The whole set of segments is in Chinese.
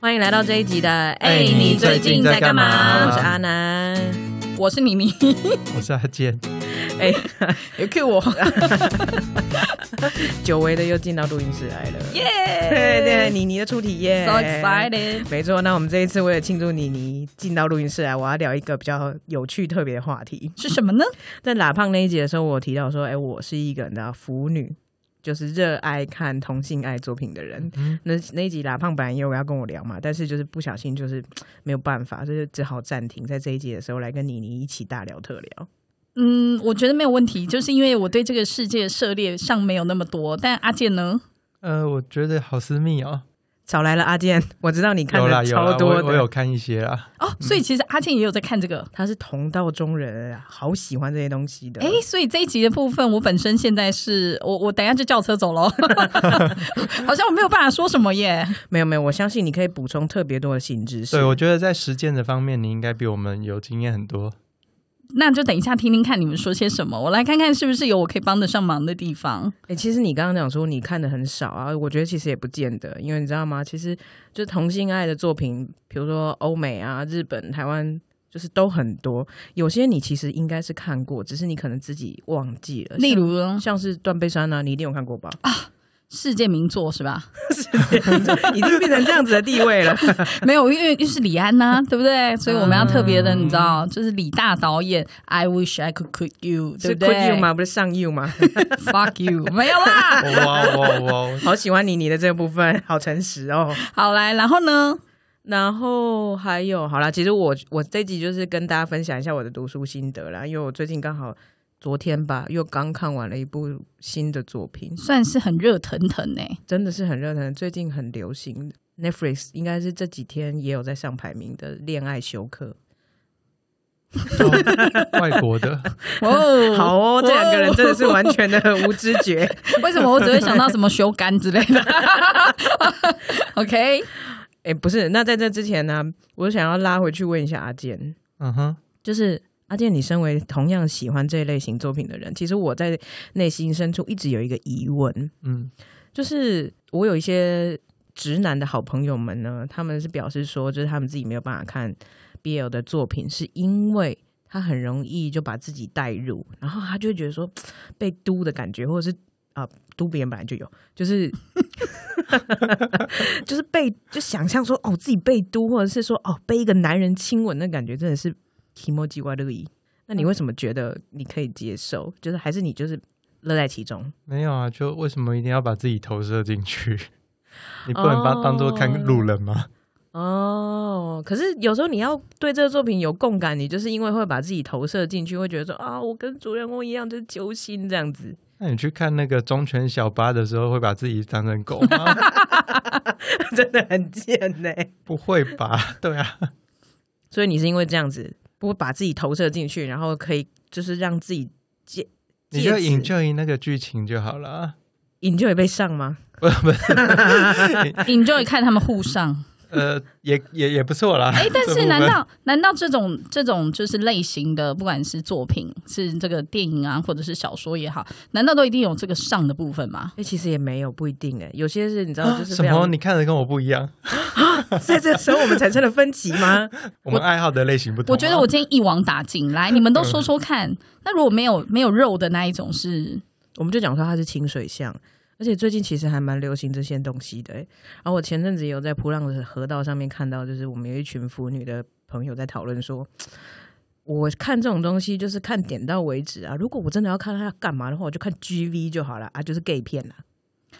欢迎来到这一集的。哎、哎你你最最近近在在干干嘛？嘛我是阿南，我是妮妮， 我是阿健， 哎、有 Q 我， 久违的又进到录音室来了。耶对对，妮妮的出题耶 So excited！没错，那我们这一次为了庆祝妮妮进到录音室来，我要聊一个比较有趣特别的话题。是什么呢？在喇胖那一集的时候，我有提到说，哎、我是一个你知道腐女，就是热爱看同性爱作品的人。嗯那那一集喇胖本来也有要跟我聊嘛，但是就是不小心就是嗯没有办法，就是只好暂停在这一集的时候来跟妮妮一起大聊特聊。嗯，我觉得没有问题，就是因为我对这个世界涉猎上没有那么多，但阿健呢？呃，我觉得好私密哦，少来了阿健， 我知道你看有啦的有啦超多我我有的，看一些啦，哦，所以其实阿健也有在看这个。他是同道中人啊，好喜欢这些东西的。哎、所以这一集的部分，我本身现在是我我等一下就叫车走 喽，好像我没有办法说什么耶。没有没有，我相信你可以补充特别多的新知识对，。我觉得在实践的方面，你应该比我们有经验很多。那就等一下听听看你们说些什么，我来看看是不是有我可以帮得上忙的地方。哎、其实你刚刚讲说你看的很少啊，我觉得其实也不见得，因为你知道吗？其实就是同性爱的作品，比如说欧美啊、日本、台湾，就是都很多。有些你其实应该是看过，只是你可能自己忘记了。例如像像是《断背山》啊，你一定有看过 吧？世界名作是吧？已经变成这样子的地位了。 没有，因为又是李安 呐、对不对？所以我们要特别的，你知道，嗯就是李大导演，I wish I could cook you，对是不对 Could You 吗？不是上 You 吗？ ？Fuck you，没 有啦。 哇哇哇！好喜欢你你的这个部分，好诚实哦。好来，然后呢？然后还有，好啦，其实我我这集就是跟大家分享一下我的读书心得啦，因为我最近刚好昨天吧，又刚看完了一部新的作品，算是很热腾腾呢、真的是很热腾，最近很流行。Netflix 应该是这几天也有在上排名的《恋爱休克哦外国的，哦》。好哦，这两个人真的是完全的无知觉。 为什么我只会想到什么修肝之类的 ？OK，哎，不是，那在这之前呢，我想要拉回去问一下阿健， 嗯哼，就是阿健，你身为同样喜欢这一类型作品的人，其实我在内心深处一直有一个疑问，嗯，就是我有一些直男的好朋友们呢，他们是表示说，就是他们自己没有办法看 BL 的作品，是因为他很容易就把自己带入，然后他就会觉得说被嘟的感觉，或者是啊、嘟别人本来就有，就是就是被就想象说哦自己被嘟，或者是说哦被一个男人亲吻的感觉，真的是 i m o j i w a r i 那你为什么觉得你可以接受？就是还是你就是乐在其中？没有啊，就为什么一定要把自己投射进去？ 你不能把哦当做看路人吗？哦，可是有时候你要对这个作品有共感，你就是因为会把自己投射进去，会觉得说啊，我跟主人公一样，就是揪心这样子。 那你去看那个忠犬小八的时候，会把自己当成狗吗？ 真的很贱呢、不会吧？对啊，所以你是因为这样子，不把自己投射进去，然后可以就是让自己借你就借此 enjoy 那个剧情就好了啊。引就也被上吗？不不，你就会看他们互 上。呃，也也也不错啦。哎，但这部是分难道难道这种这种就是类型的，不管是作品是这个电影啊，或者是小说也好，难道都一定有这个上的部分吗？哎、其实也没有，不一定哎、有些是你知道，啊就是什非常么？你看的跟我不一样，在这时候我们产生了分歧吗？我们爱好的类型不同啊。我觉得我今天一网打尽， 来你们都说说看。那如果没有没有肉的那一种是，我们就讲说它是清水巷，而且最近其实还蛮流行这些东西的欸、然后我前阵子也有在普浪的河道上面看到，就是我们有一群腐女的朋友在讨论说，我看这种东西就是看点到为止啊。如果我真的要看它要干嘛的话，我就看 GV 就好了啊，就是 gay 片啦，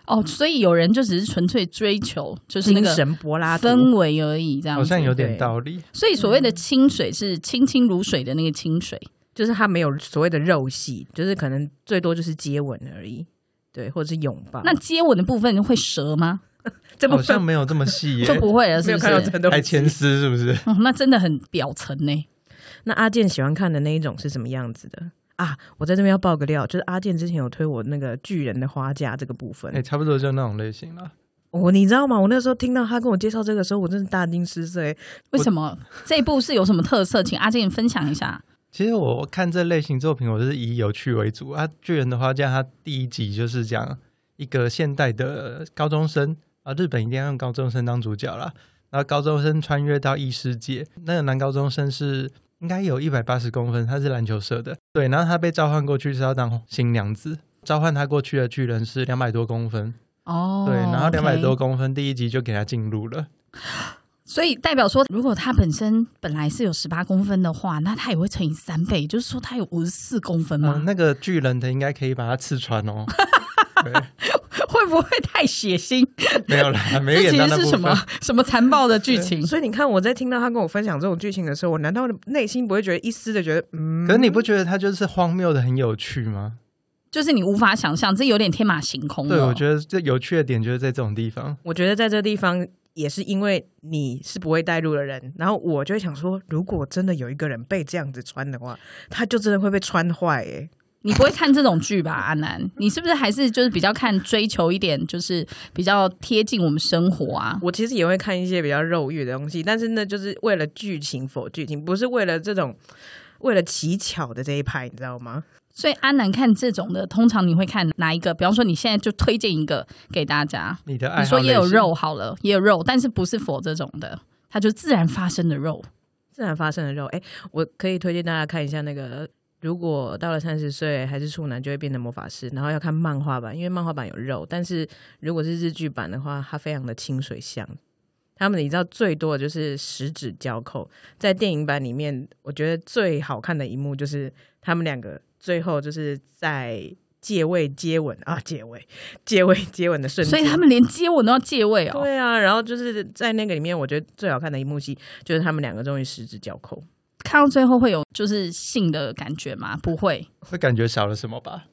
哦，所以有人就只是纯粹追求就是那精个神柏拉图。氛围而已，这样好子像有对点道理。所以所谓的清水是清清如水的那个清水。就是它没有所谓的肉戏，就是可能最多就是接吻而已，对，或者是拥抱。那接吻的部分会折吗？这部好像分没有这 么细耶就，不会了，没是有不看到是？真的还牵丝是不是？哦 那真的很表层呢。那阿健喜欢看的那一种是什么样子的啊？我在这边要爆个料，就是阿健之前有推我那个巨人的花架这个部分哎、，差不多就那种类型了。我、你知道吗？我那时候听到他跟我介绍这个时候，我真的大惊失色、欸。为什么这一部是有什么特色？请阿健分享一下。其实我看这类型作品，我是以有趣为主啊。巨人的花架，它第一集就是讲一个现代的高中生啊、啊，日本一定要用高中生当主角啦。然后高中生穿越到异世界，那个男高中生是应该有一百八十公分，他是篮球社的，对。然后他被召唤过去是要当新娘子，召唤他过去的巨人是两百多公分，哦，对。然后两百 OK 多公分，第一集就给他进入了。所以代表说，如果他本身本来是有十八公分的话，那他也会乘以三倍，就是说他有五十四公分吗？嗯，那个巨人的应该可以把他刺穿哦。对， 会不会太血腥？没有啦，没有这演其到实那是部什么分。 什么残暴的剧嗯情？ 所以你看，我在听到他跟我分享这种剧情的时候，我难道内心不会觉得一丝的觉得，嗯，可是你不觉得他就是荒谬的很有趣吗？就是你无法想象，这有点天马行空了。哦对，我觉得这有趣的点就是在这种地方。我觉得在这地方也是因为你是不会带路的人，然后我就会想说，如果真的有一个人被这样子穿的话，他就真的会被穿坏哎、你不会看这种剧吧，阿南？你是不是还是就是比较看追求一点，就是比较贴近我们生活啊？我其实也会看一些比较肉欲的东西，但是呢，就是为了剧情否剧情，不是为了这种为了乞巧的这一派，你知道吗？所以阿南看这种的，通常你会看哪一个？比方说，你现在就推荐一个给大家，你的爱你说好也有类型肉啊好了，也有肉，但是不是否这种的，它就自然发生的肉。自然发生的肉，哎，我可以推荐大家看一下那个。如果到了三十岁还是处男，就会变成魔法师。然后要看漫画版，因为漫画版有肉，但是如果是日剧版的话，它非常的清水相。他们你知道最多的就是十指交扣。在电影版里面，我觉得最好看的一幕就是他们两个最后就是在借位接吻啊，借位 借位接吻的瞬间，所以他们连接吻都要借位哦。对啊。然后就是在那个里面，我觉得最好看的一幕戏就是他们两个终于十指交扣。看到最后会有就是性的感觉吗？不会， 会感觉少了什么吧？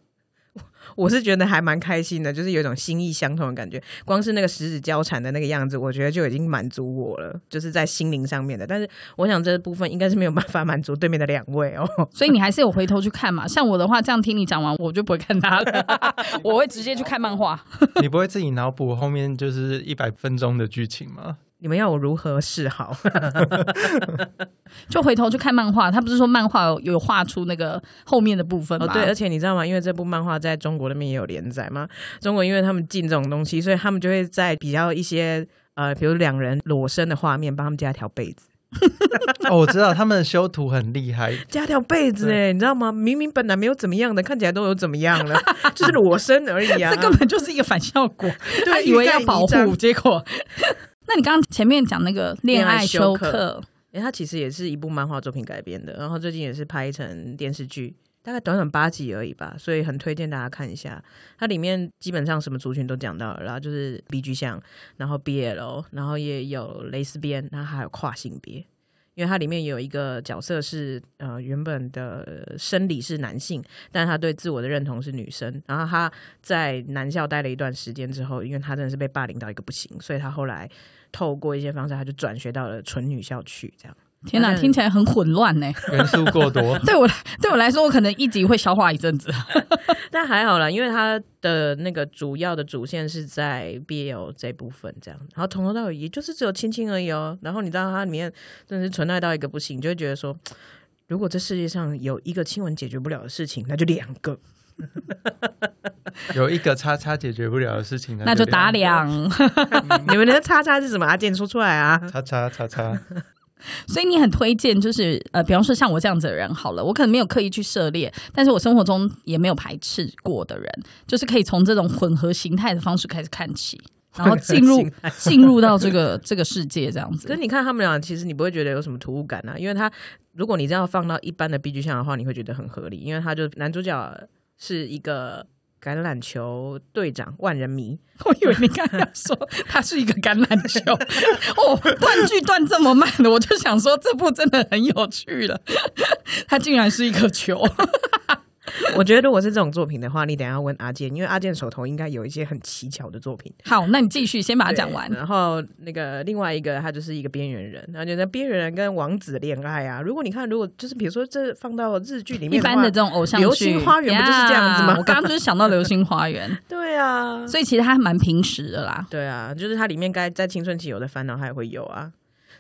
我是觉得还蛮开心的，就是有一种心意相通的感觉。光是那个十指交缠的那个样子，我觉得就已经满足我了，就是在心灵上面的。但是我想这部分应该是没有办法满足对面的两位哦。 所以你还是有回头去看嘛。像我的话，这样听你讲完，我就不会看它了，我会直接去看漫画。你不会自己脑补后面就是一百分钟的剧情吗？ 你们要我如何是 好？哦就回头去看漫画，他不是说漫画有有画出那个后面的部分吗？哦，对，而且你知道吗？因为这部漫画在中国那边也有连载嘛。中国因为他们禁这种东西，所以他们就会在比较一些呃，比如两人裸身的画面，帮他们加条被子。哦，我知道他们的修图很厉害，加条被子哎、你知道吗？明明本来没有怎么样的，看起来都有怎么样了， 就是裸身而已啊。 这根本就是一个反效果，他以为要保欲盖弥护，彰结果。那你刚刚前面讲那个恋爱休恋爱休克，哎、它其实也是一部漫画作品改编的，然后最近也是拍成电视剧，大概短短八集而已吧，所以很推荐大家看一下。它里面基本上什么族群都讲到了啦，然后就是 B G 像，然后 BL，然后也有蕾丝边，然后还有跨性别。因为它里面有一个角色是呃原本的生理是男性，但他对自我的认同是女生。然后他在男校待了一段时间之后，因为他真的是被霸凌到一个不行，所以他后来透过一些方式，他就转学到了纯女校去，这样。天哪，嗯听起来很混乱呢。。元素过多对我来 对我来说，我可能一集会消化一阵子。但还好啦，因为它的那个主要的主线是在 BL 这部分这样，然后从头到尾也就是只有亲亲而已哦。然后你知道它里面真的是纯爱到一个不行，你就会觉得说，如果这世界上有一个亲吻解决不了的事情，那就两个。有一个叉叉解决不了的事情，那就打两。 你们的叉叉是什么？阿健说出来啊！ 叉叉叉叉。所以你很推荐，就是呃，比方说像我这样子的人好了，我可能没有刻意去涉猎，但是我生活中也没有排斥过的人，就是可以从这种混合形态的方式开始看起，然后进入混合形进入到这个这个世界这样可是子。你看他们俩，其实你不会觉得有什么突兀感啊，因为他如果你这样放到一般的 B G 项的话，你会觉得很合理，因为他就男主角是一个橄榄球队长万人迷，我以为你刚才说它是一个橄榄球，哦，断句断这么慢的，我就想说这部真的很有趣了，它竟然是一颗球。我觉得如果是这种作品的话，你等一下问阿健，因为阿健手头应该有一些很奇巧的作品，好，那你继续先把它讲完对。然后那个另外一个，他就是一个边缘人，然后就在边缘人跟王子恋爱啊。如果你看，如果就是比如说这放到日剧里一面般的话这种偶像剧，流星花园不就是这样子吗呀我刚刚就是想到《流星花园》， 对啊，所以其实它蛮平实的啦。对啊，就是它里面该在青春期有的烦恼，他也会有啊，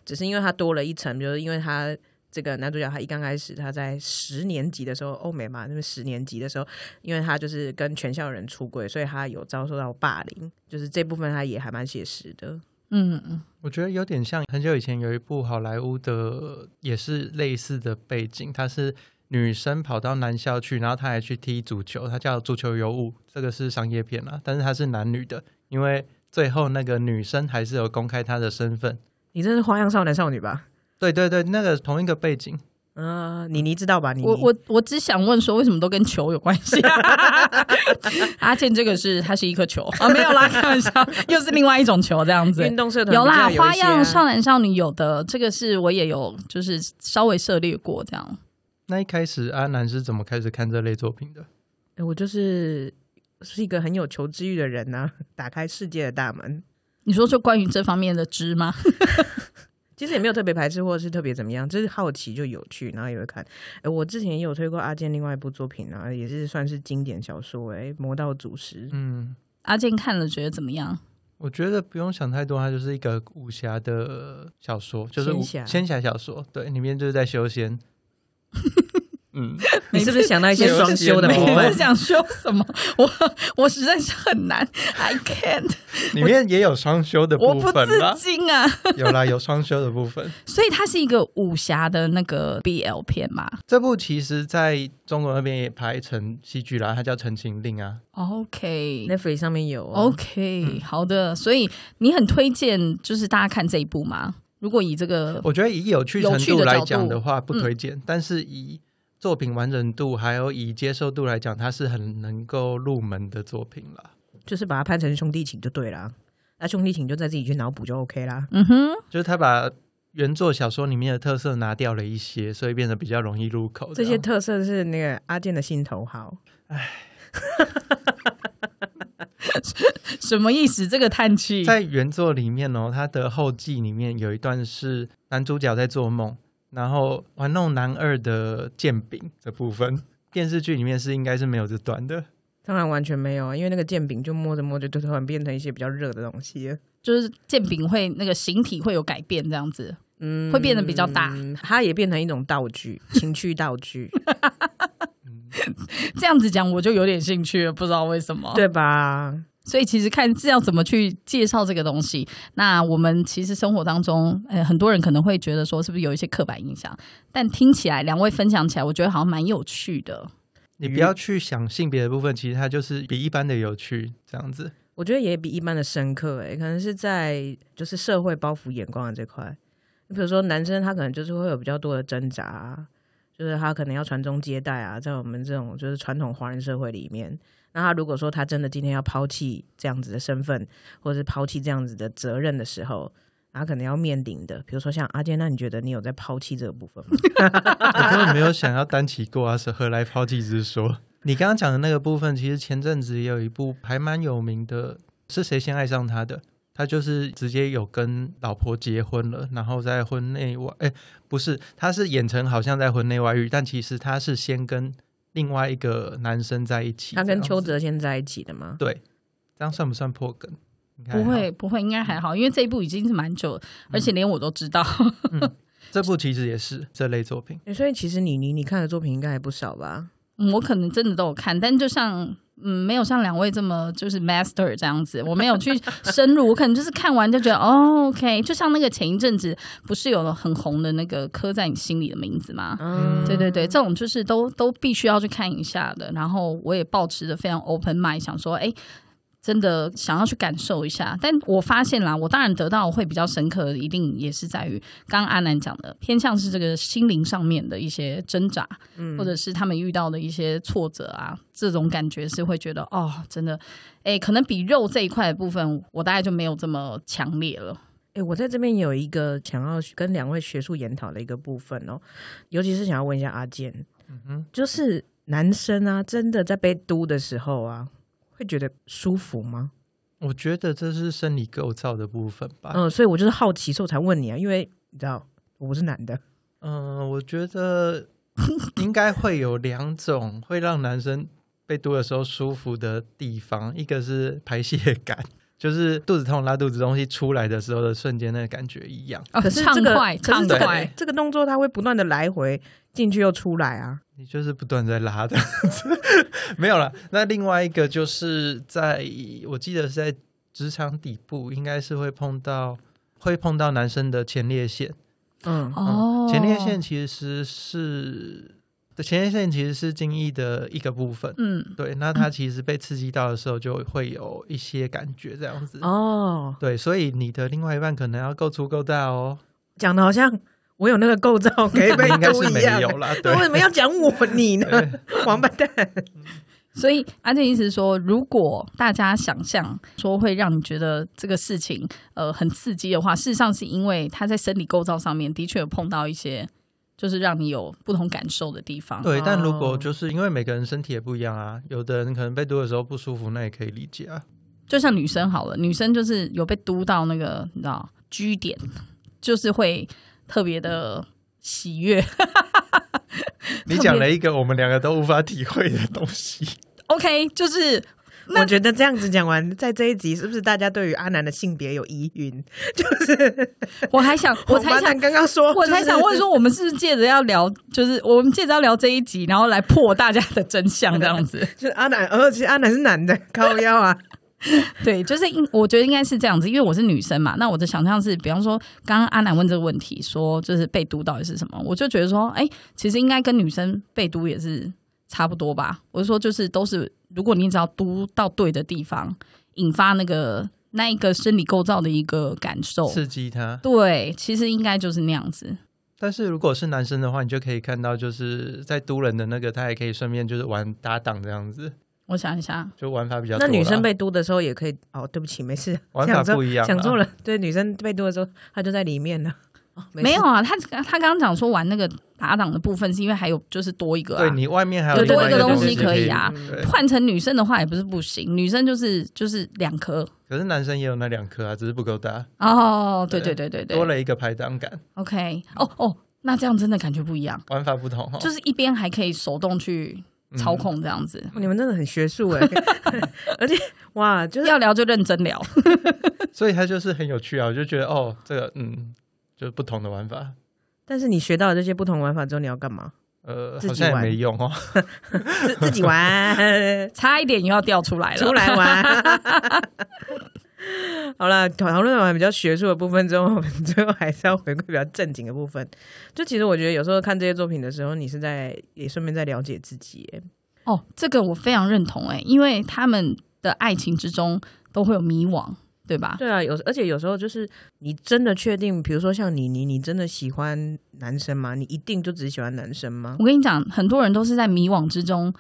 只是因为它多了一层，就是因为它这个男主角他一刚开始他在十年级的时候，欧美嘛，那边十年级的时候，因为他就是跟全校人出轨，所以他有遭受到霸凌，就是这部分他也还蛮写实的。嗯嗯，我觉得有点像很久以前有一部好莱坞的，也是类似的背景，它是女生跑到男校去，然后她还去踢足球，它叫《足球尤物》，这个是商业片啊，但是它是男女的，因为最后那个女生还是有公开她的身份。你这是花样少男少女吧？对对对，那个同一个背景，嗯、你你知道吧？你我我我只想问说，为什么都跟球有关系、 啊？阿健这个是它是一颗球啊，没有啦，开玩笑，又是另外一种球这样子运。动社团有啦，比较花一些啊样少男少女有的，这个是我也有，就是稍微涉猎过这样。那一开始阿南是怎么开始看这类作品的？欸我就是是一个很有求知欲的人呢、啊 打开世界的大门。你说就关于这方面的知吗？其实也没有特别排斥，或者是特别怎么样，就是好奇就有趣，然后也会看。呃，我之前也有推过阿健另外一部作品啊，也是算是经典小说、欸，魔道祖师》。嗯，阿健看了觉得怎么样？我觉得不用想太多，它就是一个武侠的小说，就是武仙侠仙侠小说，对，里面就是在修仙。 嗯， 你是不是想到一些每次双修的每部我每分次？想说什么，我我实在是很难，I can't， 里面也有双修的我部不分啦自，禁啊。有啦，有双修的部分。 所以它是一个武侠的那个 BL 片嘛。这部其实在中国那边也拍成戏剧啦，它叫《陈情令》啊。 OK。 Netflix 上面有、哦，嗯 OK，、好的，所以你很推荐就是大家看这一部吗？如果以这个我觉得以有趣程有趣的度来角度嗯讲的话，不推荐，但是以作品完整度还有以接受度来讲，它是很能够入门的作品啦。就是把它拍成兄弟情就对啦。那兄弟情就再自己去脑补就 OK 啦。嗯哼，就是他把原作小说里面的特色拿掉了一些，所以变得比较容易入口。这些样特色是那个阿健的心头好，什么意思？这个叹气，在原作里面哦，他的后记里面有一段是男主角在做梦，然后玩弄男二的剑柄的部分。电视剧里面是应该是没有这段的，当然完全没有，啊，因为那个剑柄就摸着摸着就突然变成一些比较热的东西了。就是剑柄会那个形体会有改变，这样子嗯会变得比较大它也变成一种道具，情趣道 具，这样子讲我就有点兴趣了，不知道为什么。，对吧？所以其实看是要怎么去介绍这个东西。那我们其实生活当中，呃，很多人可能会觉得说是不是有一些刻板印象，但听起来两位分享起来，我觉得好像蛮有趣的。你不要去想性别的部分，其实它就是比一般的有趣这样子。我觉得也比一般的深刻、欸，可能是在就是社会包袱眼光的这块。你比如说男生，他可能就是会有比较多的挣扎、啊，就是他可能要传宗接代啊，在我们这种就是传统华人社会里面，那他如果说他真的今天要抛弃这样子的身份，或者是抛弃这样子的责任的时候，他可能要面临的，比如说像阿健，那你觉得你有在抛弃这个部分 吗？我根本没有想要单骑过啊，是何来抛弃之说？你刚刚讲的那个部分，其实前阵子也有一部还蛮有名的，是谁先爱上他的？他就是直接有跟老婆结婚了，然后在婚内外，哎，不是，他是演成好像在婚内外遇，但其实他是先跟另外一个男生在一起。他跟这样邱子泽先在一起的吗？对，这样算不算破梗？哦应该还不好嗯会，不会，应该还好，因为这一部已经是蛮久了，而且连我都知道。 这部其实也是这类作品。欸所以其实你你你看的作品应该还不少吧？嗯，我可能真的都有看，但就像嗯，没有像两位这么就是 master 这样子，我没有去深入，我可能就是看完就觉得哦，OK，就像那个前一阵子不是有很红的那个刻在你心里的名字吗？嗯，对对对，这种就是都都必须要去看一下的。然后我也保持着非常 open mind，想说，哎，真的想要去感受一下。但我发现啦，我当然得到会比较深刻的，一定也是在于刚刚阿南讲的，偏向是这个心灵上面的一些挣扎，嗯或者是他们遇到的一些挫折啊，这种感觉是会觉得，哦，真的，哎，可能比肉这一块的部分，我大概就没有这么强烈了。哎、我在这边有一个想要跟两位学术研讨的一个部分哦，尤其是想要问一下阿健，嗯哼，就是男生啊，真的在被嘟的时候啊，会觉得舒服吗？我觉得这是生理构造的部分吧。嗯、所以我就是好奇，所以我才问你啊，因为你知道我不是男的，嗯，我觉得应该会有两种会让男生被嘟的时候舒服的地方，一个是排泄感，就是肚子痛、拉肚子东西出来的时候的瞬间那个感觉一样。哦可是这个畅快可是畅这快个，这个动作它会不断的来回进去又出来啊。你就是不断在拉的， 没有了。那另外一个就是在我记得是在职场底部，应该是会碰到会碰到男生的前列腺。嗯，哦，前列腺，其实是前列腺其实是精液的一个部分。嗯，对，那它其实被刺激到的时候，就会有一些感觉这样子。哦，对，所以你的另外一半可能要够粗够大哦，讲的好像我有那个构造可以被 啊应该猪是一没样有。啦。对那为，什么要讲我你呢？王八 蛋！所以阿健意思是说，如果大家想象说会让你觉得这个事情呃很刺激的话，事实上是因为它在生理构造上面的确有碰到一些，就是让你有不同感受的地方。对，但如果哦就是因为每个人身体也不一样啊，有的人可能被嘟的时候不舒服，那也可以理解啊。就像女生好了，女生就是有被嘟到那个你知道 G 点，就是会特别的喜悦。 你讲了一个我们两个都无法体会的 东西， OK，就是那我觉得这样子讲完，在这一集是不是大家对于阿南的性别有疑云？就是我还想， 我才王八想蛋刚刚说，。我才想问说，我们是不是借着要聊，就是我们借着要聊这一集，然后来破大家的真相，这样子就是，就是阿南，而且阿南是男的， 靠腰啊， 对，就是应我觉得应该是这样子，因为我是女生嘛。那我的想象是，比方说，刚刚阿南问这个问题，说就是被毒到底是什么，我就觉得说，哎、其实应该跟女生被毒也是差不多吧。我是说，就是都是，如果你只要毒到对的地方，引发那个那一个生理构造的一个感哦受，刺激他。对，其实应该就是那样子。但是如果是男生的话，你就可以看到，就是在嘟人的那个，他也可以顺便就是玩搭档这样子，我想一下，就玩法比较多那啦。女生被嘟的时候也可以哦，对不起，没事，玩法想错不一样啊想错了。对，女生被嘟的时候，她就在里面了。哦没有事啊，他他刚刚讲说玩那个打档的部分，是因为还有就是多一个对啊。你外面还有有另多外一个个东西西可以啊对换成女生的话也不是不行，女生就是就是两颗可是男生也有那两颗啊，只是不够大，哦，对对对对对多对了一个排档感， ，OK，哦哦，那这样真的感觉不一样，玩法不同哈。就是一边还可以手动去嗯操控这样子，你们真的很学术 哎、而且哇，就是要聊就认真聊， 所以它就是很有趣啊，我就觉得哦，这个嗯，就是不同的玩法，但是你学到了这些不同玩法之后，你要干嘛？呃，自己好像也玩没用哦。自自己玩，差一点又要掉出来了，出来玩。 好了，讨论完比较学术的部分之后，我 们最后还是要回归比较正经的部分。就其实我觉得有时候看这些作品的时候，你是在也顺便在了解自己耶。 哦，这个我非常认同哎、因为他们的爱情之中都会有迷惘，对吧？对啊，有而且有时候就是你真的确定，比如说像你，你你真的喜欢男生吗？你一定就只喜欢男生吗？我跟你讲，很多人都是在迷惘之中，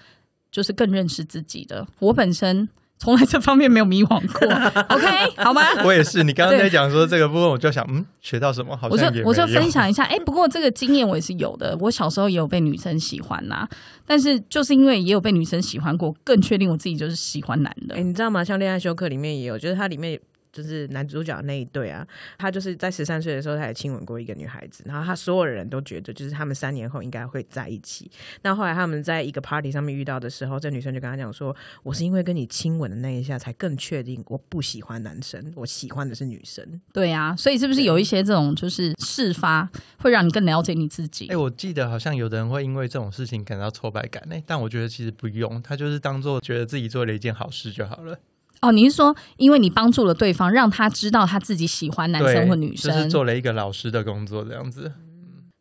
就是更认识自己的。我本身从来这方面没有迷惘过，OK，好吗？ 我也是，你刚刚在讲说这个部分，我就想，嗯，学到什么？好我就像也没有。我就分享一下，哎、不过这个经验我也是有的。我小时候也有被女生喜欢呐、但是就是因为也有被女生喜欢过，更确定我自己就是喜欢男的哎、。你知道吗？像《恋爱休克》里面也有，就是它里面就是男主角那一对啊，他就是在十三岁的时候，他也亲吻过一个女孩子，然后他所有人都觉得，就是他们三年后应该会在一起。那后来他们在一个 party 上面遇到的时候，这女生就跟他讲说：“我是因为跟你亲吻的那一下，才更确定我不喜欢男生，我喜欢的是女生。对啊，所以是不是有一些这种就是事发，会让你更了解你自己？哎、我记得好像有的人会因为这种事情感到挫败感呢、但我觉得其实不用，他就是当做觉得自己做了一件好事就好了。哦，你是说因为你帮助了对方，让他知道他自己喜欢男对生或女生？就是做了一个老师的工作这样子。”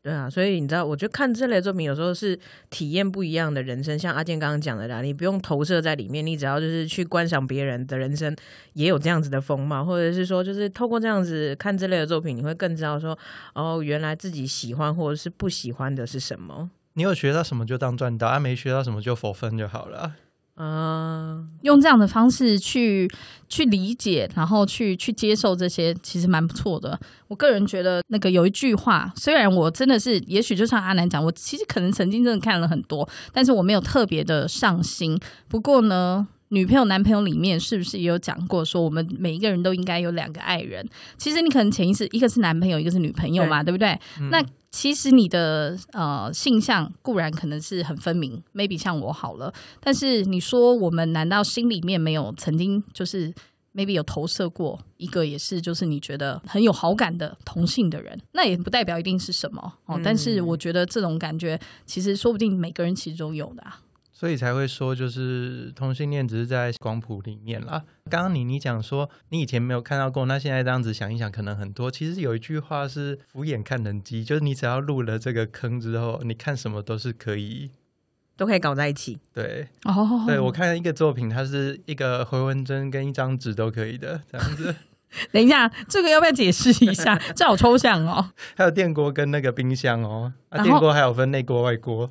对啊，所以你知道，我觉得看这类作品有时候是体验不一样的人生，像阿健刚刚讲的啦，你不用投射在里面，你只要就是去观赏别人的人生也有这样子的风貌，或者是说，就是透过这样子看这类的作品，你会更知道说，哦，原来自己喜欢或者是不喜欢的是什么。你有学到什么就当赚到，啊，没学到什么就否分就好了啊。啊、用这样的方式去去理解，然后去去接受这些，其实蛮不错的。我个人觉得，那个有一句话，虽然我真的是，也许就像阿南讲，我其实可能曾经真的看了很多，但是我没有特别的上心。不过呢。女朋友、男朋友里面是不是也有讲过说，我们每一个人都应该有两个爱人？其实你可能潜意识一个是男朋友，一个是女朋友嘛，对不对？嗯那其实你的呃性向固然可能是很分明，maybe 像我好了，但是你说我们难道心里面没有曾经就是 maybe 有投射过一个也是就是你觉得很有好感的同性的人，那也不代表一定是什么哦。嗯但是我觉得这种感觉其实说不定每个人其实都有的、啊。所以才会说，就是同性恋只是在光谱里面啦。刚刚你你讲说你以前没有看到过，那现在这样子想一想，可能很多。其实有一句话是“俯眼看人机”，就是你只要入了这个坑之后，你看什么都是可以。都可以搞在一起。对，哦，对我看一个作品，它是一个回纹针跟一张纸都可以的这样子，等一下，这个要不要解释一 下？这好抽象哦。还有电锅跟那个冰箱哦。啊，然后电锅还有分内锅外锅，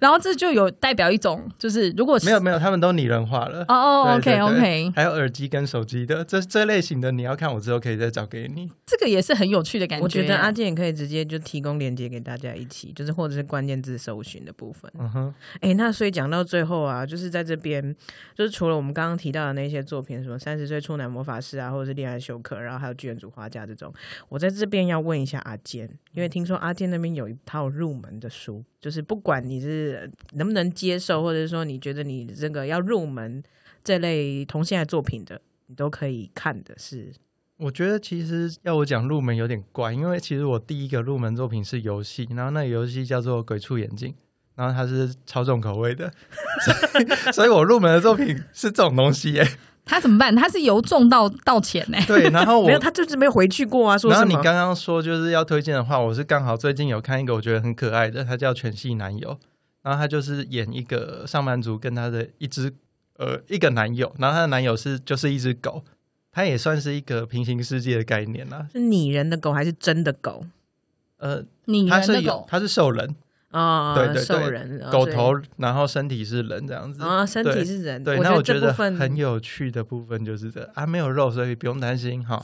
然后这就有代表一种，就是如果是没有没有，他们都拟人化了。哦哦对，OK 对对 OK，还有耳机跟手机的，这这类型的你要看，我之后可以再找给你。这个也是很有趣的感觉。啊我觉得啊阿健也可以直接就提供链接给大家一起，就是或者是关键字搜寻的部分。嗯哼，哎、那所以讲到最后啊，就是在这边，就是除了我们刚刚提到的那些作品，什么《三十岁处男魔法师》啊，或者是《恋爱休克》，然后还有《巨人族花嫁》这种，我在这边要问一下阿健，因为听说阿健那边有一套入门的书，就是不管你是能不能接受，或者说你觉得你这个要入门这类同性爱作品的，你都可以看的是，我觉得其实要我讲入门有点怪，因为其实我第一个入门作品是游戏，然后那个游戏叫做《鬼畜眼镜》，然后它是超重口味的，所以 所以我入门的作品是这种东西耶。他怎么办？他是由重到到浅欸呢、对，然后我没有，他就是没有回去过啊，说哦然后什你么？刚刚说就是要推荐的话，我是刚好最近有看一个我觉得很可爱的，它叫《全系男友》，然后他就是演一个上班族跟他的一只呃一个男友，然后他的男友是就是一只狗，它也算是一个平行世界的概念啦。是拟人的狗还是真的狗呃，拟它人的是有狗，它是兽人，啊？对对对兽人啊狗所以头，然后身体是人这样子。啊，身体对是人，对，我那我觉这部得分很有趣的部分就是这啊，没有肉，所以不用担心哈。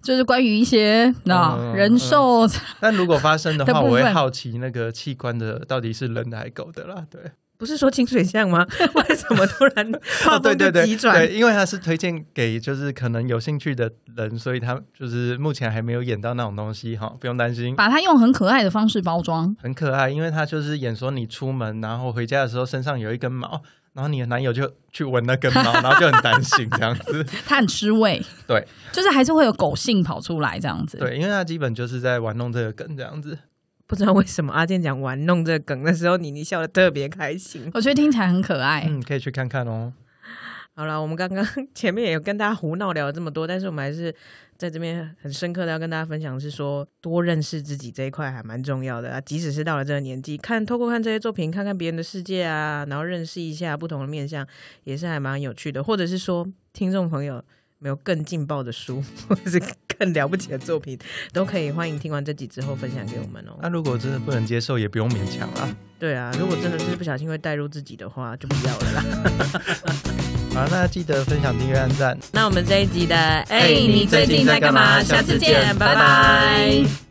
就是关于一些那、嗯人兽，但如果发 生的的话，部我会分好奇那个器官的到底是人的还是狗的啦。对，不是说清水像 吗？为什么突然画哦，对风就对对，急转？对，因为他是推荐给就是可能有兴趣的人，所以他就是目前还没有演到那种东西哈，不用担心。把它用很可爱的方式包装。 很可爱，因为他就是演说你出门，然后回家的时候身上有一根毛，然后你的男友就去闻那根毛，然后就很担心这样子。它很吃味，对，就是还是会有狗性跑出来这样子。，对，因为他基本就是在玩弄这个梗这样子。不知道为什么阿健讲玩弄这个梗的时候，你你笑的特别开心。我觉得听起来很可爱。嗯，可以去看看哦。好了，我们刚刚 前面也有跟大家胡闹聊了这么多，但是我们还是在这边很深刻的要跟大家分享，是说多认识自己这一块还蛮重要的啊。即使是到了这个年纪，看透过看这些作品，看看别人的世界啊，然后认识一下不同的面相，也是还蛮有趣的。或者是说，听众朋友有没有更劲爆的书， 或者是更了不起的作品，都可以欢迎听完这集之后分享给我们哦。那、如果真的不能接受，也不用勉强啦。对啊，如果真的是不小心会带入自己的话，就不要了啦。好，那记得分享、订阅、按赞。那我们这一集的，哎、哎你最近在干嘛下次见拜拜